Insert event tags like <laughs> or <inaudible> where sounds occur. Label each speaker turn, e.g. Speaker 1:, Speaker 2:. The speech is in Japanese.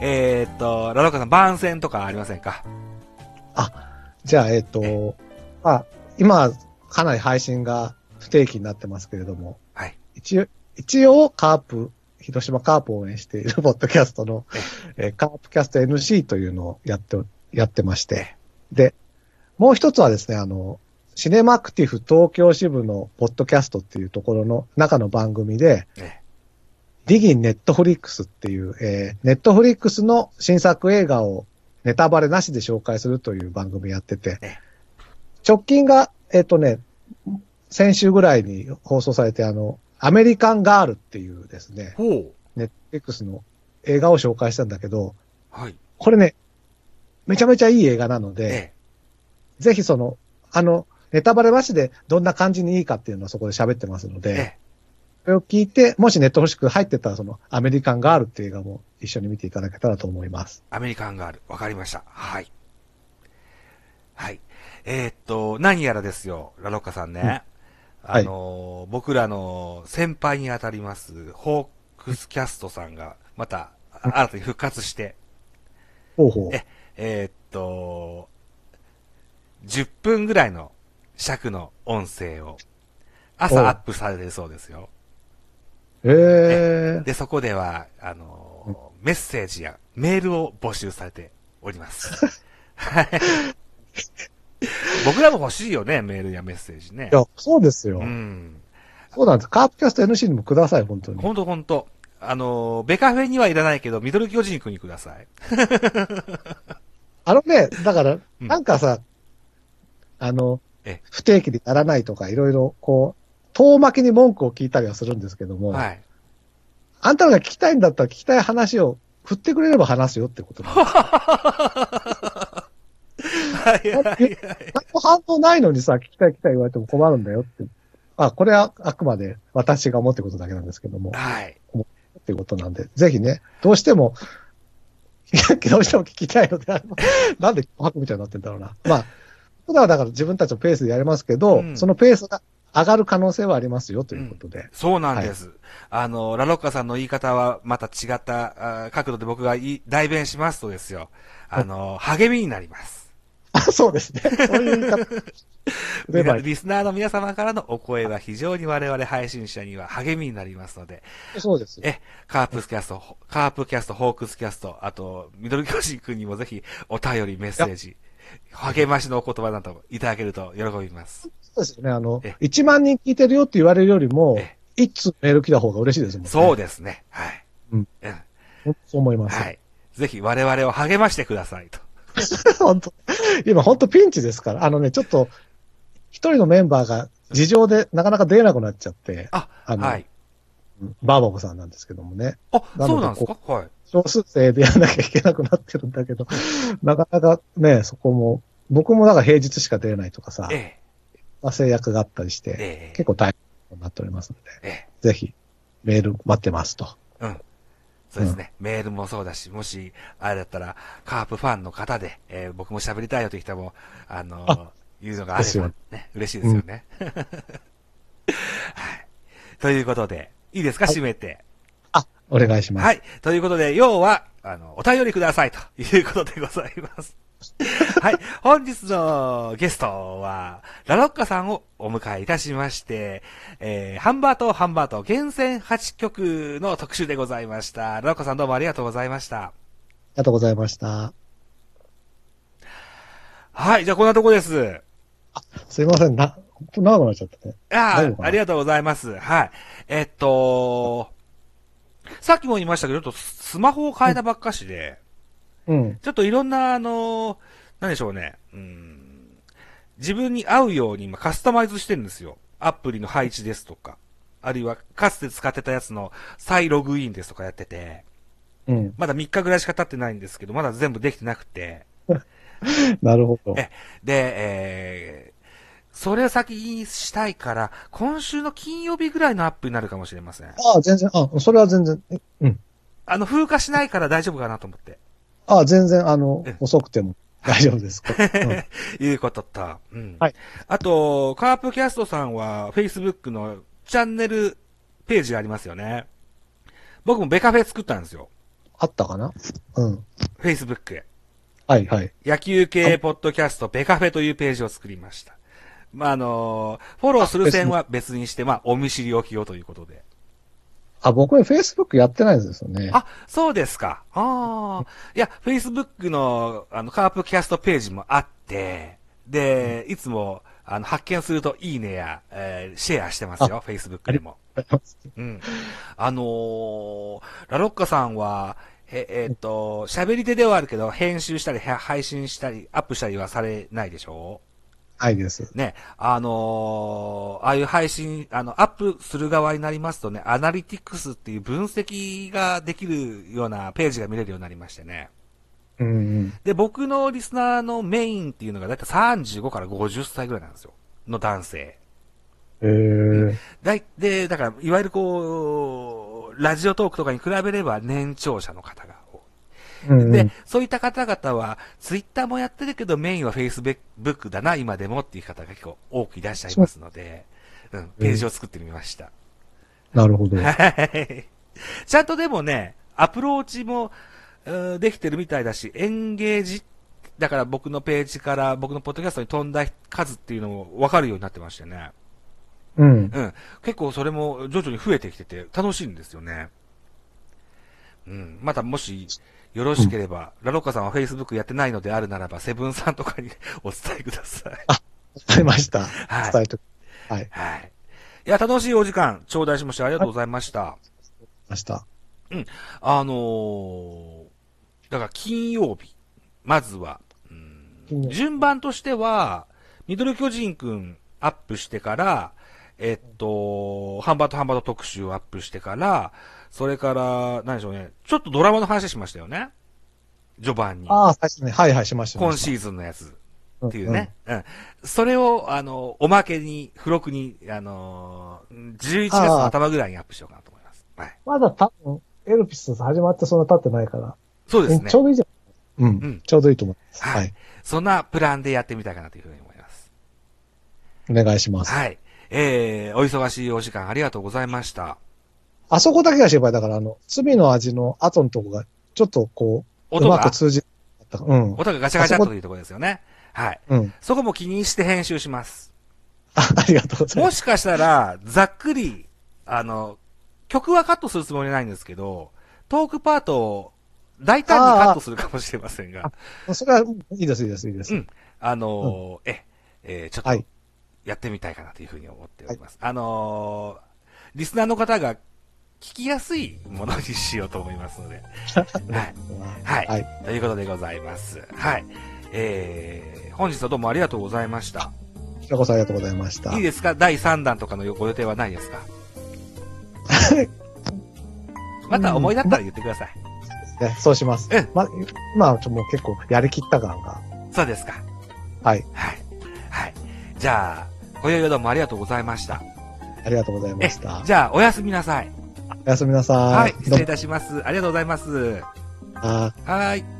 Speaker 1: えーっと、ラロカさん、番宣とかありませんか
Speaker 2: じゃあ、えっ、と、まあ、今、かなり配信が不定期になってますけれども、
Speaker 1: はい
Speaker 2: 一応、一応、カープ、広島カープを応援しているポッドキャストの、えーカープキャスト NC というのをやってお、やってまして、で、もう一つはですね、あの、シネマクティフ東京支部のポッドキャストっていうところの中の番組で
Speaker 1: え、
Speaker 2: ディギンネットフリックスっていう、えネットフリックスの新作映画をネタバレなしで紹介するという番組やってて
Speaker 1: え、
Speaker 2: 直近が、えっ、とね、先週ぐらいに放送されて、あの、アメリカンガールっていうですね、
Speaker 1: ほう。
Speaker 2: ネットフリックスの映画を紹介したんだけど、
Speaker 1: はい。
Speaker 2: これね、めちゃめちゃいい映画なの
Speaker 1: え
Speaker 2: で、ぜひその、あの、ネタバレなしでどんな感じにいいかっていうのはそこで喋ってますの
Speaker 1: え、
Speaker 2: で、
Speaker 1: え
Speaker 2: それを聞いて、もしネット欲しく入ってたら、その、アメリカンガールっていう映画も一緒に見ていただけたらと思います
Speaker 1: え。、アメリカンガール。わかりました。はい。はい。えーっと、何やらですよ、ラロッカさんね。あのー僕らの先輩にあたります、ホークスキャストさんが、また、新たに復活して、
Speaker 2: ほうほう。
Speaker 1: ええーっと、10分ぐらいの尺の音声を
Speaker 2: おう
Speaker 1: 朝アップされるそうですよ。
Speaker 2: えー、
Speaker 1: で、そこでは、あのーメッセージやメールを募集されております。はい僕らも欲しいよね、メールやメッセージね
Speaker 2: い。や、そうですよ。
Speaker 1: うん。
Speaker 2: そうなんです。カープキャスト NC にもください、本当に。
Speaker 1: ほんとほんと。あのーベカフェにはいらないけど、ミドル巨人くんにください。
Speaker 2: あのね、だから、
Speaker 1: うん
Speaker 2: なんかさ、あの
Speaker 1: え、
Speaker 2: 不定期でやらないとか、いろいろ、こう、遠巻きに文句を聞いたりはするんですけども、
Speaker 1: はい。
Speaker 2: あんたらが聞きたいんだったら聞きたい話を振ってくれれば話すよっ
Speaker 1: <laughs>
Speaker 2: てことなんです。
Speaker 1: はいはいはい。
Speaker 2: 何も反応ないのにさ、聞きたい聞きたい言われても困るんだよって。あ、これはあくまで私が思ってことだけなんですけども、
Speaker 1: はい。
Speaker 2: っていうことなんで、ぜひね、どうしても、 <laughs> どうしても聞きたいのであれば、なんで紅白みたいになってんだろうな。まあ、普段はだから自分たちのペースでやりますけど、
Speaker 1: うん
Speaker 2: そのペースが上がる可能性はありますよということで。
Speaker 1: そうなんです。あの、ラロッカさんの言い方はまた違ったあー角度で僕がい代弁しますとですよ。あの、励みになります。
Speaker 2: あ、 <laughs> そうですね。そういう
Speaker 1: <laughs>
Speaker 2: 言い方。例えば、
Speaker 1: リスナーの皆様からのお声は非常に我々配信者には励みになりますので、
Speaker 2: そうです。
Speaker 1: え、カープスキャスト、ホカープキャスト、ホークスキャスト、あと、ミドル巨人くんにもぜひお便り、メッセージ、励ましのお言葉などいただけると喜びます。
Speaker 2: そうですよね。あの
Speaker 1: え、
Speaker 2: 1万人聞いてるよって言われるよりも
Speaker 1: え、
Speaker 2: 一通メール来た方が嬉しいですもんね。
Speaker 1: そうですね。はい。
Speaker 2: うん
Speaker 1: うん。
Speaker 2: ほんとそう思います。
Speaker 1: はい。ぜひ我々を励ましてくださいと。
Speaker 2: <laughs> 本当今本当ピンチですから。あのね、ちょっと、一人のメンバーが事情でなかなか出なくなっちゃって、
Speaker 1: あ、
Speaker 2: あの
Speaker 1: はい。
Speaker 2: バーバボさんなんですけどもね、
Speaker 1: あ、
Speaker 2: なので
Speaker 1: そうなんですかはい。
Speaker 2: 少数制でやらなきゃいけなくなってるんだけど、 <laughs> なかなかね、そこも、僕もだから平日しか出れないとかさ
Speaker 1: え、
Speaker 2: まあ制約があったりし
Speaker 1: え、
Speaker 2: て、
Speaker 1: ええ、
Speaker 2: 結構大変になっておりますので、
Speaker 1: ええ、
Speaker 2: ぜひメール待ってますと。
Speaker 1: そうですね。メールもそうだし、もし、あれだったら、カープファンの方で、えー僕も喋りたいよという人も、あのーいうのがあ
Speaker 2: で
Speaker 1: れ
Speaker 2: す
Speaker 1: ば
Speaker 2: よ、
Speaker 1: ね、嬉しいですよね。 <laughs> はい。ということで、いいですか、
Speaker 2: はい
Speaker 1: 締めて。
Speaker 2: あ、お願いします。
Speaker 1: はい。ということで、要は、あの、お便りくださいということでございます。
Speaker 2: <laughs>
Speaker 1: はい。本日のゲストは、ラロッカさんをお迎えいたしまして、えー、ハンバートハンバート厳選8曲の特集でございました。ラロッカさんどうもありがとうございました。
Speaker 2: ありがとうございました。
Speaker 1: はい。じゃあこんなとこです。
Speaker 2: すいません、な、本当長くなっちゃったね。
Speaker 1: あ
Speaker 2: 大丈
Speaker 1: あ
Speaker 2: 夫、かな
Speaker 1: ありがとうございます。はい。えっと、さっきも言いましたけど、ちょっとスマホを変えたばっかしで、
Speaker 2: うん。
Speaker 1: ちょっといろんな、あのーなんでしょうね。うーん。自分に合うように今カスタマイズしてるんですよ。アプリの配置ですとか。あるいは、かつて使ってたやつの再ログインですとかやってて、
Speaker 2: うん。
Speaker 1: まだ3日ぐらいしか経ってないんですけど、まだ全部できてなくて。
Speaker 2: なるほど。
Speaker 1: えで、えー、それを先にしたいから、今週の金曜日ぐらいのアップになるかもしれません。
Speaker 2: ああ、全然、あ、それは全然、えうん。
Speaker 1: あの、風化しないから大丈夫かなと思って。
Speaker 2: ああ、全然、あの
Speaker 1: え、
Speaker 2: 遅くても大丈夫です。
Speaker 1: <laughs> いうことと、うん。
Speaker 2: はい
Speaker 1: あと、カープキャストさんは、Facebook のチャンネルページがありますよね。僕もベカフェ作ったんですよ。
Speaker 2: あったかなうん。
Speaker 1: Facebook、
Speaker 2: はいはい。
Speaker 1: 野球系ポッドキャスト、ベカフェというページを作りました。まあ、あのーフォローする線は別にして、まあ、お見知りおきをということで。
Speaker 2: あ、僕は Facebook やってないんですよね。
Speaker 1: あ、そうですか。ああ。いや、Facebook の、あの、カープキャストページもあって、で、いつも、あの、発見するといいねや、えーシェアしてますよ、Facebook でも。うん。あのーラロッカさんは、え、えっと、喋り手ではあるけど、編集したり、へ配信したり、アップしたりはされないでしょ
Speaker 2: ないです。
Speaker 1: ね。あのーああいう配信、あの、アップする側になりますとね、アナリティクスっていう分析ができるようなページが見れるようになりましてね。
Speaker 2: うんうん。
Speaker 1: で、僕のリスナーのメインっていうのがだいたい35から50歳ぐらいなんですよ。の男性。
Speaker 2: えー、
Speaker 1: だい、で、だから、いわゆるこう、ラジオトークとかに比べれば年長者の方が多い。
Speaker 2: うんうん、
Speaker 1: で、そういった方々は、ツイッターもやってるけど、メインはフェイスブックだな、今でもっていう方が結構多くいらっしゃいますので、うん、ページを作ってみました。
Speaker 2: なるほど。
Speaker 1: はい。ちゃんとでもね、アプローチも、うんできてるみたいだし、エンゲージ、だから僕のページから、僕のポッドキャストに飛んだ数っていうのも分かるようになってましてね。
Speaker 2: うん。
Speaker 1: うん。結構それも徐々に増えてきてて楽しいんですよね。うん。またもし、よろしければ、ラロッカさんは Facebook やってないのであるならば、セブンさんとかに <laughs> お伝えください。
Speaker 2: 伝えました。
Speaker 1: はい
Speaker 2: 伝えときはい。
Speaker 1: はい。いや、楽しいお時間、頂戴しましてありがとうございました。
Speaker 2: ました。
Speaker 1: あのー、だから金曜日、まずは、うん
Speaker 2: うん
Speaker 1: 順番としては、ミドル巨人くんアップしてから、えっと、ハンバートハンバート特集をアップしてから、それから、何でしょうね、ちょっとドラマの話しましたよね。序盤に。
Speaker 2: ああ、最初ね。はいはい、しました。
Speaker 1: 今
Speaker 2: ー
Speaker 1: シーズンのやつ。っていうね。。うん。それを、あの、おまけに、付録に、あのー、11月の頭ぐらいにアップしようかなと思います。はい。
Speaker 2: んまだ多分、エルピス始まってそんな経ってないから。
Speaker 1: そうですね
Speaker 2: ち。ょうどいいじゃん。うん。
Speaker 1: ん
Speaker 2: ちょうどいいと思います。
Speaker 1: は
Speaker 2: はいい。
Speaker 1: そんなプランでやってみたいかなというふうに思います。
Speaker 2: お願いします。
Speaker 1: はい。えー、お忙しいお時間ありがとうございました。
Speaker 2: あそこだけが心配だから、あの、罪の味の後のとこが、ちょっとこう、う
Speaker 1: 音
Speaker 2: ま
Speaker 1: が
Speaker 2: く、通じなかったから。うん。
Speaker 1: 音がガチャガチャっというところですよね。はい。
Speaker 2: うん。
Speaker 1: そこも気にして編集します。
Speaker 2: あありがとうござい
Speaker 1: も
Speaker 2: ます。
Speaker 1: しかしたら、ざっくり、あの、曲はカットするつもりないんですけど、トークパートを大胆にカットするかもしれませんが、
Speaker 2: それは、うんいいです、いいです、いいです。
Speaker 1: うんあのー、え、えーちょっと
Speaker 2: はい。
Speaker 1: やってみたいかなというふうに思っております。あのーリスナーの方が聞きやすいものにしようと思います
Speaker 2: <laughs>
Speaker 1: ので。はい。はい
Speaker 2: はい。
Speaker 1: ということでございます。はい。えー、本日はどうもありがとうございました。
Speaker 2: ひらこさんありがとうございました。
Speaker 1: いいですか第3弾とかのご予定はない
Speaker 2: <laughs>
Speaker 1: ですかまた思い出ったら言ってください。
Speaker 2: ね、そうします
Speaker 1: うん。
Speaker 2: ま、今はちょっともう結構やりきった感が。
Speaker 1: そうですか。
Speaker 2: はい。
Speaker 1: はい。はい。じゃあ、ご用意どうもありがとうございました。
Speaker 2: ありがとうございま
Speaker 1: え
Speaker 2: した、。
Speaker 1: じゃあ、おやすみなさい。
Speaker 2: おやすみなさい。
Speaker 1: はい。失
Speaker 2: どう
Speaker 1: 礼い
Speaker 2: も
Speaker 1: たします。ありがとうございます。
Speaker 2: あー
Speaker 1: はい。